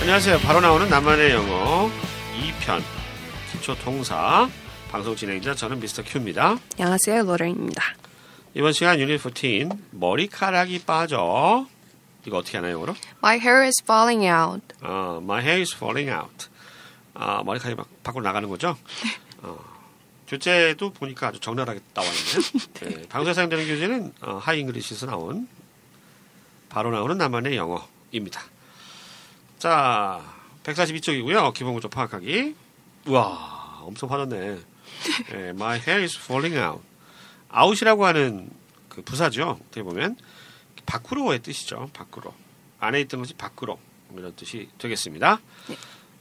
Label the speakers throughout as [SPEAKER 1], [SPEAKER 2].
[SPEAKER 1] 안녕하세요. 바로 나오는 나만의 영어 2편 기초 동사 방송 진행자 저는 미스터 큐입니다.
[SPEAKER 2] 안녕하세요, 로렌입니다.
[SPEAKER 1] 이번 시간 유닛 14 머리카락이 빠져 이거 어떻게 하나요, 영어로?
[SPEAKER 2] My hair is falling out.
[SPEAKER 1] 아, my hair is falling out. 아, 머리카락이 막 밖으로 나가는 거죠? 어, 교재도 보니까 아주 적나라하게 나와 있네요. 네, 방송에 사용되는 교재는 어, 하이 잉글리시에서 나온 바로 나오는 나만의 영어입니다. 자, 142쪽이고요. 기본구조 파악하기. 우와, 엄청 화졌네. 네, my hair is falling out. out이라고 하는 그 부사죠. 어떻게 보면 밖으로의 뜻이죠. 밖으로. 안에 있던 것이 밖으로 이런 뜻이 되겠습니다.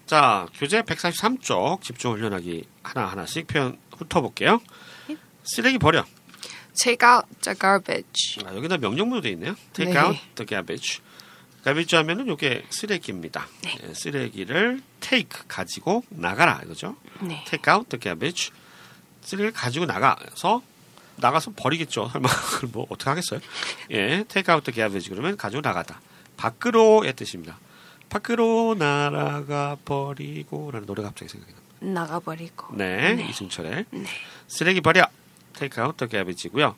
[SPEAKER 1] 자, 교재 143쪽 집중 훈련하기 하나하나씩 표현 훑어볼게요. 쓰레기 버려.
[SPEAKER 2] Take out the garbage.
[SPEAKER 1] 아, 여기다 명령문도 돼 있네요. Take
[SPEAKER 2] 네.
[SPEAKER 1] out the garbage. garbage 하면은 이게 쓰레기입니다. 예, 쓰레기를 take 가지고 나가라 이거죠.
[SPEAKER 2] 네.
[SPEAKER 1] Take out the garbage. 쓰레기를 가지고 나가서 나가서 버리겠죠. 설마 그걸 뭐 어떻게 하겠어요? 예, take out the garbage 그러면 가지고 나가다. 밖으로의 뜻입니다. 밖으로 날아가 버리고라는 노래가 갑자기 생각이 납니다.
[SPEAKER 2] 나가버리고.
[SPEAKER 1] 네, 이승철의 쓰레기 버려 테이크 아웃 더 갸비지고요.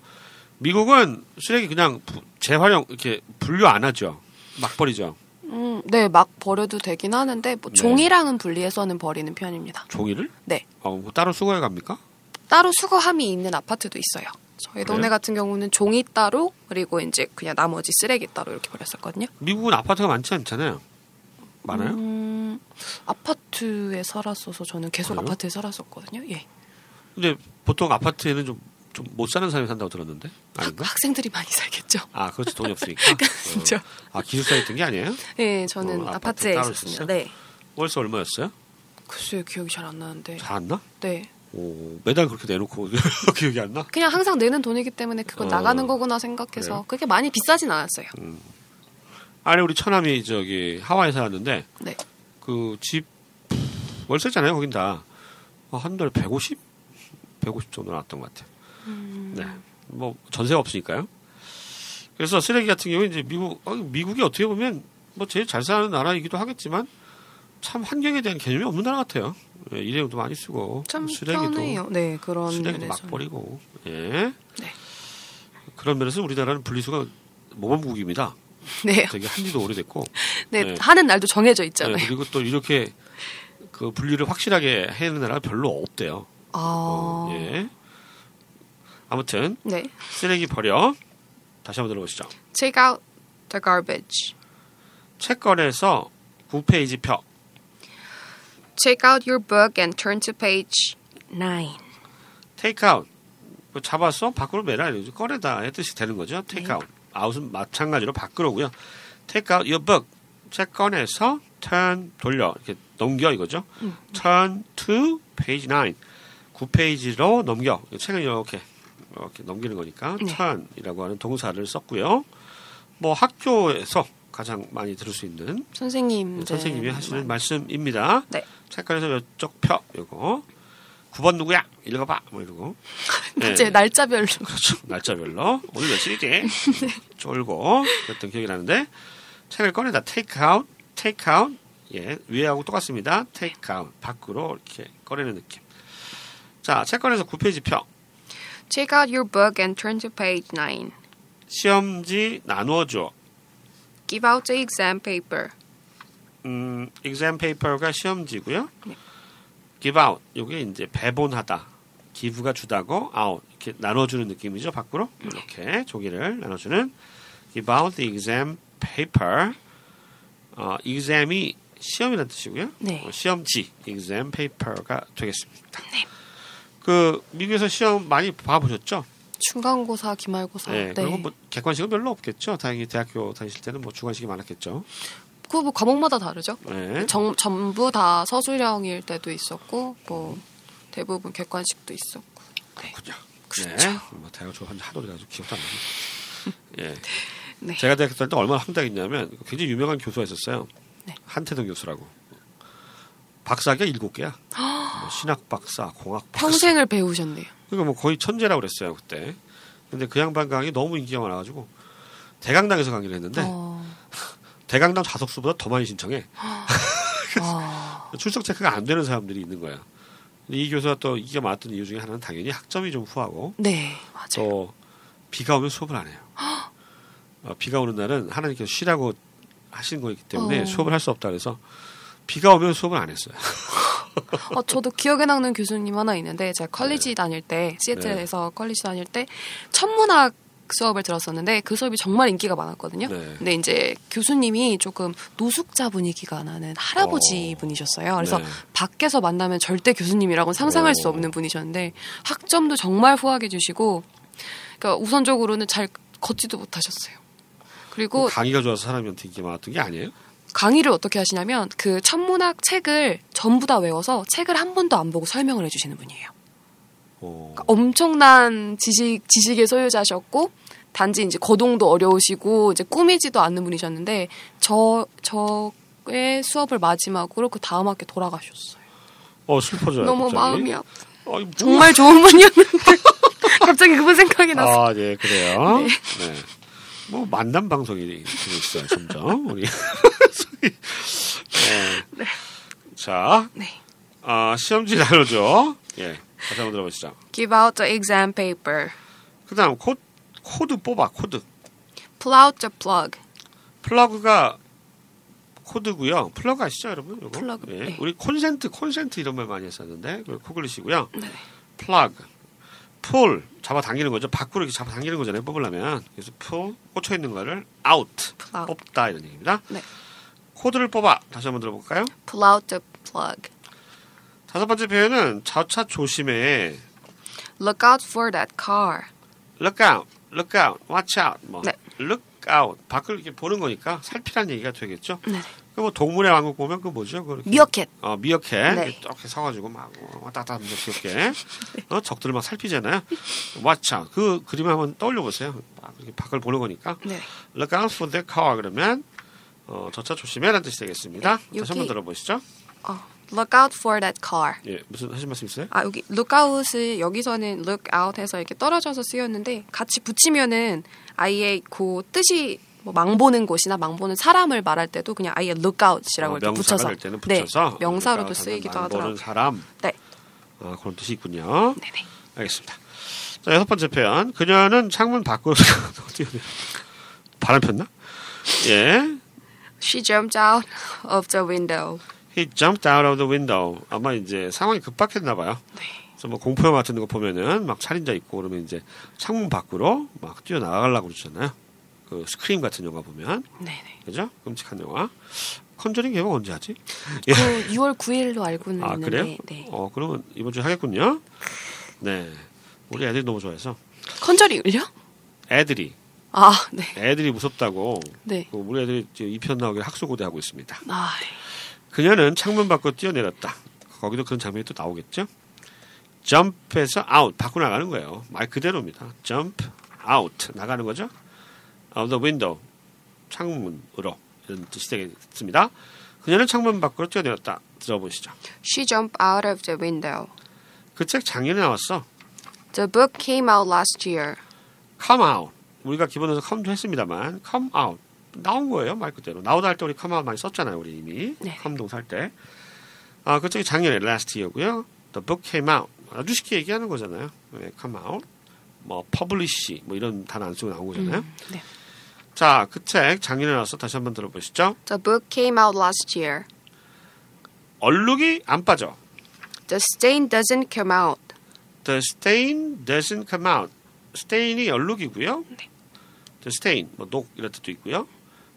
[SPEAKER 1] 미국은 쓰레기 그냥 부- 재활용 이렇게 분류 안 하죠. 막 버리죠.
[SPEAKER 2] 음, 네, 막 버려도 되긴 하는데 뭐
[SPEAKER 1] 네.
[SPEAKER 2] 종이랑은 분리해서는 버리는 편입니다.
[SPEAKER 1] 종이를?
[SPEAKER 2] 네,
[SPEAKER 1] 어, 뭐 따로 수거해 갑니까?
[SPEAKER 2] 따로 수거함이 있는 아파트도 있어요. 저희 동네
[SPEAKER 1] 그래요?
[SPEAKER 2] 같은 경우는 종이 따로 그리고 이제 그냥 나머지 쓰레기 따로 이렇게 버렸었거든요.
[SPEAKER 1] 미국은 아파트가 많지 않잖아요. 많아요?
[SPEAKER 2] 음, 아파트에 살았어서 저는 계속
[SPEAKER 1] 그래요?
[SPEAKER 2] 아파트에 살았었거든요. 예,
[SPEAKER 1] 근데 보통 아파트에는 좀 좀 못 사는 사람이 산다고 들었는데 아닌가?
[SPEAKER 2] 학생들이 많이 살겠죠.
[SPEAKER 1] 아 그렇지 돈이 없으니까.
[SPEAKER 2] 그렇죠.
[SPEAKER 1] 어. 아 기숙사에 있던 게 아니에요?
[SPEAKER 2] 예, 저는
[SPEAKER 1] 어, 아파트
[SPEAKER 2] 아파트에
[SPEAKER 1] 따로
[SPEAKER 2] 있었습니다.
[SPEAKER 1] 있었어요?
[SPEAKER 2] 네,
[SPEAKER 1] 월세 얼마였어요?
[SPEAKER 2] 글쎄요, 기억이 잘 안 나는데.
[SPEAKER 1] 잘 안 나?
[SPEAKER 2] 네.
[SPEAKER 1] 오 매달 그렇게 내놓고 기억이 안 나?
[SPEAKER 2] 그냥 항상 내는 돈이기 때문에 그건
[SPEAKER 1] 어,
[SPEAKER 2] 나가는 거구나 생각해서
[SPEAKER 1] 그래요?
[SPEAKER 2] 그렇게 많이 비싸진 않았어요.
[SPEAKER 1] 아니 우리 처남이 저기 하와이에 살았는데
[SPEAKER 2] 네.
[SPEAKER 1] 그 집 월세잖아요, 거긴 다. 아, 한 달에 150? 150 정도 나왔던 것 같아요.
[SPEAKER 2] 음.
[SPEAKER 1] 네. 뭐, 전세가 없으니까요. 그래서 쓰레기 같은 경우에 이제 미국, 어, 미국이 어떻게 보면 뭐 제일 잘 사는 나라이기도 하겠지만 참 환경에 대한 개념이 없는 나라 같아요. 예, 일회용도 많이 쓰고.
[SPEAKER 2] 참
[SPEAKER 1] 쓰레기도.
[SPEAKER 2] 편해요. 네, 그런
[SPEAKER 1] 쓰레기도 막
[SPEAKER 2] 면에서는.
[SPEAKER 1] 버리고. 예.
[SPEAKER 2] 네.
[SPEAKER 1] 그런 면에서 우리나라는 분리수가 모범국입니다.
[SPEAKER 2] 네.
[SPEAKER 1] 되게 한지도 오래됐고.
[SPEAKER 2] 네.
[SPEAKER 1] 네.
[SPEAKER 2] 하는 날도 정해져 있잖아요.
[SPEAKER 1] 네, 그리고 또 이렇게 그 분리를 확실하게 해는 나라가 별로 없대요.
[SPEAKER 2] 아.
[SPEAKER 1] 예. 아무튼
[SPEAKER 2] 네.
[SPEAKER 1] 쓰레기 버려. 다시 한번 들어보시죠.
[SPEAKER 2] Take out the garbage.
[SPEAKER 1] 채권에서 9페이지 펴.
[SPEAKER 2] Take out your book and turn to page 9.
[SPEAKER 1] 테이크아웃. 그거 잡아서 밖으로 매라. 이러죠. 꺼내다의 뜻이 되는 거죠. 테이크아웃. 아웃은 마찬가지로 밖으로고요. 테이크아웃 your book. 채권에서 turn 돌려 이렇게 넘겨 이거죠. turn to page 9. 9페이지로 넘겨. 책을 이렇게 이렇게 넘기는 거니까
[SPEAKER 2] 네.
[SPEAKER 1] turn이라고 하는 동사를 썼고요. 뭐 학교에서 가장 많이 들을 수 있는
[SPEAKER 2] 선생님. 네.
[SPEAKER 1] 선생님이 하시는 말씀입니다.
[SPEAKER 2] 네.
[SPEAKER 1] 책관에서 몇쪽 펴. 이거. 9번 누구야? 읽어봐. 뭐 이러고.
[SPEAKER 2] 이제
[SPEAKER 1] 네.
[SPEAKER 2] 날짜별로.
[SPEAKER 1] 그렇죠. 날짜별로 오늘 며칠이지
[SPEAKER 2] 네.
[SPEAKER 1] 쫄고 그랬던 기억이 나는데 책을 꺼내다 take out, take out 예 위에하고 똑같습니다.
[SPEAKER 2] 네.
[SPEAKER 1] take out 밖으로 이렇게 꺼내는 느낌. 자 책꺼내서 9페이지 펴
[SPEAKER 2] Take out your book and turn to page 9.
[SPEAKER 1] 시험지 나누어줘.
[SPEAKER 2] Give out the exam paper.
[SPEAKER 1] 음 exam paper가 시험지고요.
[SPEAKER 2] 네.
[SPEAKER 1] give out 이게 이제 배분하다. 기부가 주다고 out 이렇게 나눠주는 느낌이죠 밖으로
[SPEAKER 2] 네.
[SPEAKER 1] 이렇게 종이를 나눠주는 give out the exam paper 어, exam이 시험이라는 뜻이고요
[SPEAKER 2] 네.
[SPEAKER 1] 어, 시험지 exam paper가 되겠습니다
[SPEAKER 2] 네.
[SPEAKER 1] 그 미국에서 시험 많이 봐보셨죠?
[SPEAKER 2] 중간고사, 기말고사.
[SPEAKER 1] 네. 그리고 뭐 객관식은 별로 없겠죠 다행히 대학교 다니실 때는 뭐 주관식이 많았겠죠
[SPEAKER 2] 그거 뭐 과목마다 다르죠?
[SPEAKER 1] 네.
[SPEAKER 2] 정- 전부 다 서술형일 때도 있었고 뭐 대부분 객관식도 있었고
[SPEAKER 1] 그렇군요
[SPEAKER 2] 그렇죠.
[SPEAKER 1] 네. 뭐 대학 좋아한 하도 그래가지고 기억도 안 나네 예.
[SPEAKER 2] 네.
[SPEAKER 1] 제가 대학교 다닐 때 얼마나 황당했냐면 굉장히 유명한 교수가 있었어요.
[SPEAKER 2] 네.
[SPEAKER 1] 한태동 교수라고. 박사가 일곱 개야. 뭐 신학 박사, 공학 박사.
[SPEAKER 2] 평생을 배우셨네요.
[SPEAKER 1] 그러니까 뭐 거의 천재라고 그랬어요 그때. 근데 그 양반 강의 너무 인기가 많아가지고 대강당에서 강의를 했는데
[SPEAKER 2] 어,
[SPEAKER 1] 대강당 좌석수보다 더 많이 신청해.
[SPEAKER 2] 아, 어.
[SPEAKER 1] 출석 체크가 안 되는 사람들이 있는 거야. 근데 이 교수가 또 이게 맞던 이유 중에 하나는 당연히 학점이 좀 후하고
[SPEAKER 2] 네, 맞아요.
[SPEAKER 1] 또 비가 오면 수업을 안 해요. 어, 비가 오는 날은 하나님께서 쉬라고 하신 거기 때문에
[SPEAKER 2] 어. 아,
[SPEAKER 1] 수업을 할 수 없다 그래서 비가 오면 수업을 안 했어요.
[SPEAKER 2] 어, 저도 기억에 남는 교수님 하나 있는데 제가 컬리지
[SPEAKER 1] 네.
[SPEAKER 2] 다닐 때 시애틀에서 컬리지 다닐 때 천문학 수업을 들었었는데 그 수업이 정말 인기가 많았거든요.
[SPEAKER 1] 네.
[SPEAKER 2] 근데 이제 교수님이 조금 노숙자 분위기가 나는 할아버지
[SPEAKER 1] 어.
[SPEAKER 2] 분이셨어요. 그래서
[SPEAKER 1] 네.
[SPEAKER 2] 밖에서 만나면 절대 교수님이라고는 상상할 수
[SPEAKER 1] 어.
[SPEAKER 2] 없는 분이셨는데 학점도 정말 후하게 주시고 그러니까 우선적으로는 잘 걷지도 못하셨어요. 그리고
[SPEAKER 1] 뭐 강의가 좋아서 사람한테 인기 많았던 게 아니에요?
[SPEAKER 2] 강의를 어떻게 하시냐면 그 천문학 책을 전부 다 외워서 책을 한 번도 안 보고 설명을 해주시는 분이에요.
[SPEAKER 1] 어.
[SPEAKER 2] 그러니까 엄청난 지식 지식의 소유자셨고 단지 이제 거동도 어려우시고 이제 꾸미지도 않는 분이셨는데 저 저의 수업을 마지막으로 그 다음 학기 돌아가셨어요.
[SPEAKER 1] 어, 슬퍼져요.
[SPEAKER 2] 너무
[SPEAKER 1] 갑자기.
[SPEAKER 2] 마음이 아파.
[SPEAKER 1] 어, 이거
[SPEAKER 2] 정말 좋은 분이었는데 갑자기 그분 생각이 났어.
[SPEAKER 1] 아, 네, 그래요. 네. 뭐 만남 방송이 되고 있어요, 점점 우리. 네. 자,
[SPEAKER 2] 네.
[SPEAKER 1] 아, 시험지 나눠죠. 예, 다시 한번 들어보시죠.
[SPEAKER 2] Give out the exam paper.
[SPEAKER 1] 그다음 코, 코드 뽑아 코드.
[SPEAKER 2] Pull out the plug.
[SPEAKER 1] 플러그가 코드고요. 플러그 아시죠, 여러분? 요거?
[SPEAKER 2] 플러그,
[SPEAKER 1] 예.
[SPEAKER 2] 네.
[SPEAKER 1] 우리 콘센트, 콘센트 이런 말 많이 했었는데 그 코글리시고요.
[SPEAKER 2] 네.
[SPEAKER 1] 플러그, 풀 잡아 당기는 거죠. 밖으로 이렇게 잡아 당기는 거잖아요. 뽑으려면 그래서 풀 꽂혀 있는 거를 out
[SPEAKER 2] Pull out.
[SPEAKER 1] 뽑다 이런 얘기입니다.
[SPEAKER 2] 아. 네.
[SPEAKER 1] 코드를 뽑아 다시 한번 들어볼까요?
[SPEAKER 2] Pull out the plug.
[SPEAKER 1] 다섯 번째 표현은 자차 조심해.
[SPEAKER 2] Look out for that car.
[SPEAKER 1] Look out, look out, watch out. 뭐
[SPEAKER 2] 네.
[SPEAKER 1] look out 밖을 이렇게 보는 거니까 살피란 얘기가 되겠죠.
[SPEAKER 2] 네.
[SPEAKER 1] 그뭐 동물의 왕국 보면 그 뭐죠? 그
[SPEAKER 2] 미어캣.
[SPEAKER 1] 어, 미어캣
[SPEAKER 2] 네.
[SPEAKER 1] 이렇게 이렇게 서가지고 막 왔다 갔다 하면서 귀엽게 어, 적들을 막 살피잖아요. 와차 그 그림 한번 떠올려 보세요. 막 이렇게 밖을 보는 거니까
[SPEAKER 2] 네.
[SPEAKER 1] Look out for the car 그러면 어, 저차 조심해라는 뜻이 되겠습니다.
[SPEAKER 2] 네,
[SPEAKER 1] 다시 한번
[SPEAKER 2] 여기-
[SPEAKER 1] 들어보시죠.
[SPEAKER 2] 어, Look out for that car.
[SPEAKER 1] 예 무슨 하신 말씀 있어요?
[SPEAKER 2] 아 여기 lookout을 여기서는 look out 해서 이렇게 떨어져서 쓰였는데 같이 붙이면은 아예 그 뜻이 뭐 망보는 곳이나 망보는 사람을 말할 때도 그냥 아예 lookout이라고
[SPEAKER 1] 어,
[SPEAKER 2] 이렇게
[SPEAKER 1] 명사가
[SPEAKER 2] 붙여서
[SPEAKER 1] 될 때는 붙여서
[SPEAKER 2] 네, 명사로도
[SPEAKER 1] 그러니까
[SPEAKER 2] 쓰이기도
[SPEAKER 1] 저는 안
[SPEAKER 2] 하더라고요.
[SPEAKER 1] 보는 사람
[SPEAKER 2] 네.
[SPEAKER 1] 어, 그런 뜻이 있군요.
[SPEAKER 2] 네네.
[SPEAKER 1] 알겠습니다. 자 여섯 번째 표현 그녀는 창문 밖으로 어디야? 바람 폈나? 예.
[SPEAKER 2] She jumped out of the window.
[SPEAKER 1] He jumped out of the window. 아마 이제 상황이 급박했나 봐요. 그래서 뭐 공포영 같은 거 보면은 막 살인자 있고 그러면 이제 창문 밖으로 막 뛰어 나가려고 그러잖아요. 그 스크림 같은 영화 보면
[SPEAKER 2] 네네.
[SPEAKER 1] 그죠? 끔찍한 영화. 컨저링 개봉 언제 하지?
[SPEAKER 2] 그 6월 9일로 알고는
[SPEAKER 1] 예. 아
[SPEAKER 2] 있는데
[SPEAKER 1] 그래요?
[SPEAKER 2] 네.
[SPEAKER 1] 어 그러면 이번 주에 하겠군요. 네. 우리 애들이 너무 좋아해서
[SPEAKER 2] 컨저링을요?
[SPEAKER 1] 애들이
[SPEAKER 2] 아 네.
[SPEAKER 1] 애들이 무섭다고
[SPEAKER 2] 네.
[SPEAKER 1] 그 우리 애들이 2편 나오길 학수고대하고 있습니다.
[SPEAKER 2] 아
[SPEAKER 1] 그녀는 창문 밖으로 뛰어내렸다. 거기도 그런 장면이 또 나오겠죠? 점프해서 아웃 밖으로 나가는 거예요. 말 그대로입니다. 점프 아웃 나가는 거죠. out the window 창문으로 이런 뜻이 되겠습니다. 그녀는 창문 밖으로 뛰어내렸다. 들어보시죠.
[SPEAKER 2] She jumped out of the window.
[SPEAKER 1] 그 책 작년에 나왔어.
[SPEAKER 2] The book came out last year.
[SPEAKER 1] come out 우리가 기본으로 come도 했습니다만 come out 나온 거예요 말 그대로 나오다 할 때 우리 come out 많이 썼잖아요 우리 이미
[SPEAKER 2] 네.
[SPEAKER 1] come 동사 할때아 그쪽이 작년에 last year고요 the book came out 아주 쉽게 얘기하는 거잖아요 네, come out 뭐 publish 뭐 이런 단어 안 쓰고 나온 거잖아요
[SPEAKER 2] 네.
[SPEAKER 1] 자그 책 작년에 나와서 다시 한번 들어보시죠
[SPEAKER 2] The book came out last year.
[SPEAKER 1] 얼룩이 안 빠져
[SPEAKER 2] The stain doesn't come out.
[SPEAKER 1] the stain doesn't come out stain이 얼룩이고요 the stain 뭐녹 이런 뜻도 있고요.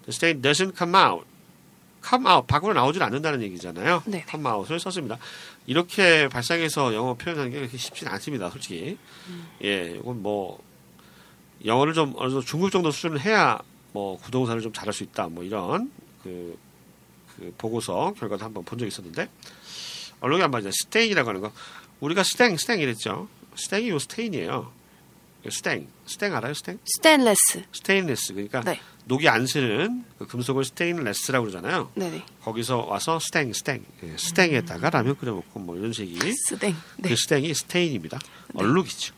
[SPEAKER 1] The stain doesn't come out. come out 밖으로 나오질 않는다는 얘기잖아요.
[SPEAKER 2] 네네.
[SPEAKER 1] come out을 썼습니다. 이렇게 발상해서 영어 표현하는 게 그렇게 쉽진 않습니다, 솔직히. 예, 이건 뭐 영어를 좀 어느 정도 중급 정도 수준을 해야 뭐 구동사를 좀 잘할 수 있다, 뭐 이런 그, 그 보고서 결과도 한번 본 적이 있었는데 얼룩이 안 맞아. stain이라고 하는 거 우리가 stain, stain 이랬죠. stain이 요 stain이에요. stain, stain 알아요, stain?
[SPEAKER 2] 스테인레스.
[SPEAKER 1] 스테인레스 그러니까
[SPEAKER 2] 네.
[SPEAKER 1] 녹이 안 새는 그 금속을 스테인레스라고 그러잖아요.
[SPEAKER 2] 네네.
[SPEAKER 1] 거기서 와서 스탱 스탱 예, 스탱에다가 라면 끓여 먹고 뭐 이런 식이
[SPEAKER 2] 스댕. 네.
[SPEAKER 1] 그 스탱이 스테인입니다. 얼룩이죠.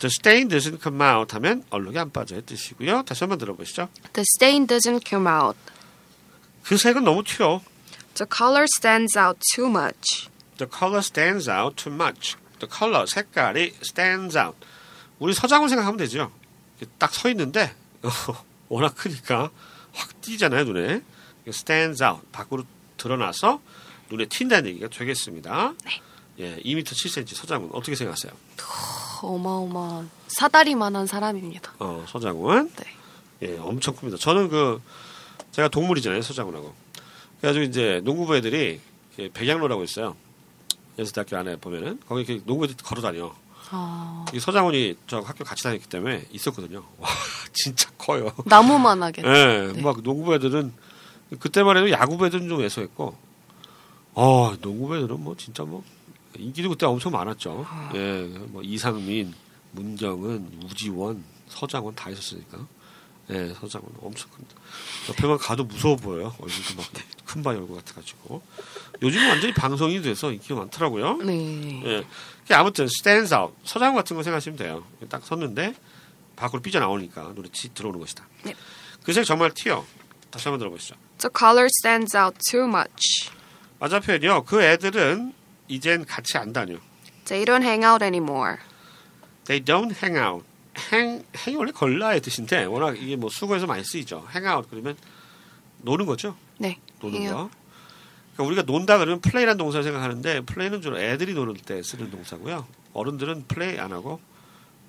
[SPEAKER 1] The stain doesn't come out 하면 얼룩이 안 빠져의 뜻이고요. 다시 한번 들어보시죠.
[SPEAKER 2] The stain doesn't come out.
[SPEAKER 1] 그 색은 너무 튀어.
[SPEAKER 2] The color stands out too much.
[SPEAKER 1] The color stands out too much. The color 색깔이 stands out. 우리 서장훈 생각하면 되죠. 딱 서 있는데 워낙 크니까 확 띄잖아요 눈에. 이게 stands out 밖으로 드러나서 눈에 튄다는 얘기가 되겠습니다. 예, 2m 7cm 서장훈 어떻게 생각하세요?
[SPEAKER 2] 어마어마한 사다리만한 사람입니다.
[SPEAKER 1] 어, 서장훈.
[SPEAKER 2] 네.
[SPEAKER 1] 예, 엄청 큽니다. 저는 그 제가 동물이잖아요, 서장훈하고. 그래가지고 이제 농구부 애들이 이렇게 백양로라고 있어요. 연세대학교 안에 보면은 거기 이렇게 농구 애들 걸어 다녀.
[SPEAKER 2] 아,
[SPEAKER 1] 이 서장훈이 저 학교 같이 다녔기 때문에 있었거든요. 와, 진짜 커요.
[SPEAKER 2] 나무만 하게.
[SPEAKER 1] 예,
[SPEAKER 2] 네.
[SPEAKER 1] 막 농구 애들은 그때만 해도 야구 애들은 좀 애소했고, 어, 농구 애들은 뭐 진짜 뭐 인기도 그때 엄청 많았죠.
[SPEAKER 2] 아.
[SPEAKER 1] 예, 뭐 이상민, 문정은, 우지원, 서장훈 다 있었으니까. 예, 서장훈 엄청 큽니다. 옆에만 가도 무서워 보여요. 얼굴도
[SPEAKER 2] 네.
[SPEAKER 1] 막 큰 바위 얼굴 같아가지고. 요즘 완전히 방송이 돼서 인기가 많더라고요.
[SPEAKER 2] 네.
[SPEAKER 1] 예. 그게 아무튼 stands out 서장 같은 거 생각하시면 돼요. 딱 섰는데 밖으로 삐져 나오니까 노래 치 들어오는 것이다.
[SPEAKER 2] 네.
[SPEAKER 1] 그 색 정말 튀어. 다시 한번 들어보시죠.
[SPEAKER 2] The color stands out too much.
[SPEAKER 1] 맞아 표현이요. 그 애들은 이젠 같이 안 다녀.
[SPEAKER 2] They don't hang out anymore.
[SPEAKER 1] They don't hang out. hang 행이 원래 걸라의 뜻인데 워낙 이게 뭐 수거에서 많이 쓰이죠. hang out 그러면 노는 거죠.
[SPEAKER 2] 네.
[SPEAKER 1] 노는
[SPEAKER 2] hang out.
[SPEAKER 1] 거. 그러니까 우리가 논다 그러면 play라는 동사를 생각하는데 play는 주로 애들이 노는 때 쓰는 동사고요. 어른들은 play 안 하고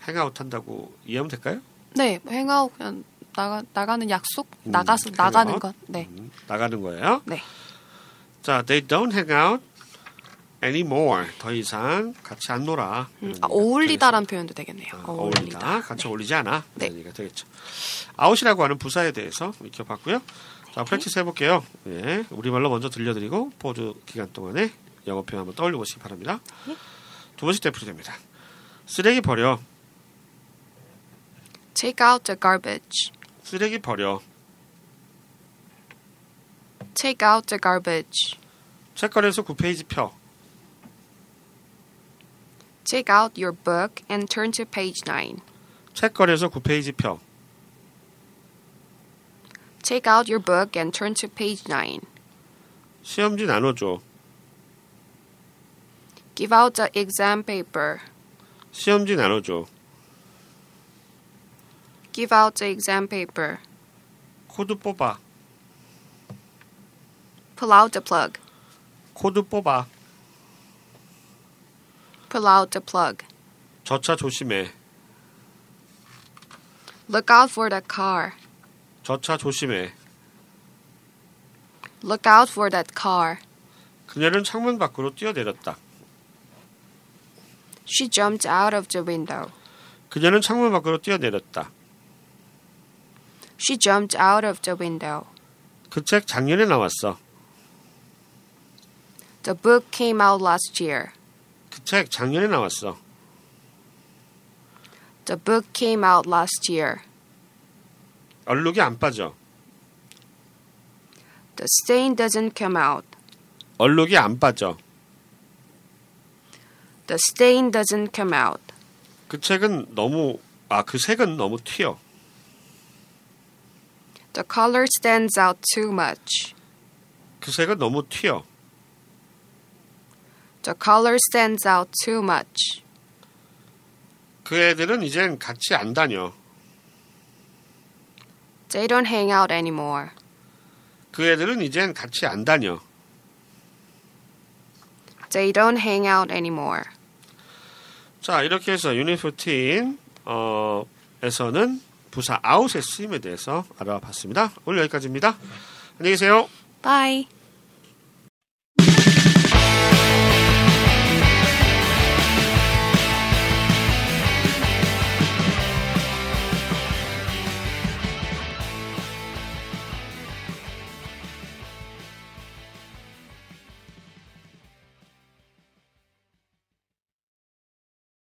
[SPEAKER 1] hang out 한다고 이해하면 될까요?
[SPEAKER 2] 네, 행아웃 그냥 나가 나가는 약속,
[SPEAKER 1] 음,
[SPEAKER 2] 나가서
[SPEAKER 1] hang
[SPEAKER 2] 나가는
[SPEAKER 1] out.
[SPEAKER 2] 것. 네.
[SPEAKER 1] 음, 나가는 거예요.
[SPEAKER 2] 네.
[SPEAKER 1] 자, they don't hang out anymore. 더 이상 같이 안 놀아.
[SPEAKER 2] 음,
[SPEAKER 1] 이런
[SPEAKER 2] 아,
[SPEAKER 1] 얘기가
[SPEAKER 2] 어울리다란 표현도 되겠네요.
[SPEAKER 1] 되겠습니다. 아,
[SPEAKER 2] 어울리다.
[SPEAKER 1] 어울리다. 같이 어울리지 않아.
[SPEAKER 2] 네.
[SPEAKER 1] 이런 얘기가 되겠죠. 아웃이라고 하는 부사에 대해서 익혀봤고요. 자,
[SPEAKER 2] 네.
[SPEAKER 1] 프랙티스 해볼게요. 예, 우리말로 먼저 들려드리고 보조 기간 동안에 영어 표현 한번 떠올려 보시기 바랍니다.
[SPEAKER 2] 네.
[SPEAKER 1] 두 번씩 대풀이 됩니다. 쓰레기 버려.
[SPEAKER 2] Take out the garbage.
[SPEAKER 1] 쓰레기 버려.
[SPEAKER 2] Take out the garbage.
[SPEAKER 1] 책걸에서 9페이지 펴.
[SPEAKER 2] Take out your book and turn to page 9.
[SPEAKER 1] 책걸에서 9페이지 펴.
[SPEAKER 2] Take out your book and turn to page 9.
[SPEAKER 1] 시험지 나눠줘.
[SPEAKER 2] Give out the exam paper.
[SPEAKER 1] 시험지 나눠줘.
[SPEAKER 2] Give out the exam paper.
[SPEAKER 1] 코드 뽑아.
[SPEAKER 2] Pull out the plug.
[SPEAKER 1] 코드 뽑아.
[SPEAKER 2] Pull out the plug.
[SPEAKER 1] 저 차 조심해.
[SPEAKER 2] Look out for the car.
[SPEAKER 1] 저 차 조심해.
[SPEAKER 2] Look out for that car.
[SPEAKER 1] 그녀는 창문 밖으로 뛰어내렸다.
[SPEAKER 2] She jumped out of the window.
[SPEAKER 1] 그녀는 창문 밖으로 뛰어내렸다.
[SPEAKER 2] She jumped out of the window.
[SPEAKER 1] 그 책 작년에 나왔어.
[SPEAKER 2] The book came out last year.
[SPEAKER 1] 그 책 작년에 나왔어.
[SPEAKER 2] The book came out last year.
[SPEAKER 1] 얼룩이 안 빠져.
[SPEAKER 2] The stain doesn't come out.
[SPEAKER 1] 얼룩이 안 빠져.
[SPEAKER 2] The stain doesn't come out.
[SPEAKER 1] 그 책은 너무 아 그 색은 너무 튀어.
[SPEAKER 2] The color stands out too much.
[SPEAKER 1] 그 색은 너무 튀어.
[SPEAKER 2] The color stands out too much.
[SPEAKER 1] 그 애들은 이젠 같이 안 다녀.
[SPEAKER 2] They don't hang out anymore.
[SPEAKER 1] 그 애들은 이젠 같이 안 다녀.
[SPEAKER 2] They don't hang out anymore.
[SPEAKER 1] 자 이렇게 해서 유니포틴 어, 에서는 부사 아웃의 쓰임에 대해서 알아봤습니다. 오늘 여기까지입니다. 안녕히 계세요.
[SPEAKER 2] Bye.